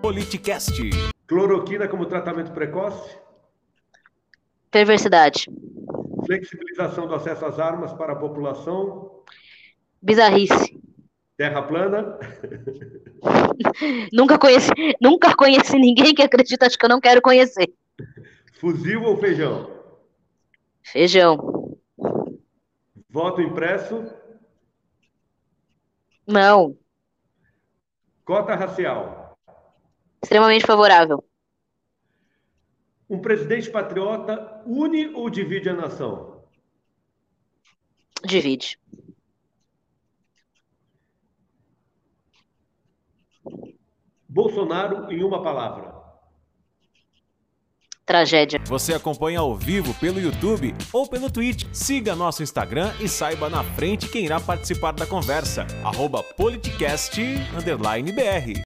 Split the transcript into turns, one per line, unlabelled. Politicast.
Cloroquina como tratamento precoce?
Perversidade.
Flexibilização do acesso às armas para a população?
Bizarrice.
Terra plana?
nunca, conheci, nunca conheci ninguém que acredita, acho que eu não quero conhecer.
Fuzil ou feijão?
Feijão.
Voto impresso?
Não.
Cota racial?
Extremamente favorável.
Um presidente patriota une ou divide a nação?
Divide.
Bolsonaro em uma palavra.
Tragédia.
Você acompanha ao vivo pelo YouTube ou pelo Twitch. Siga nosso Instagram e saiba na frente quem irá participar da conversa. Arroba politicast__br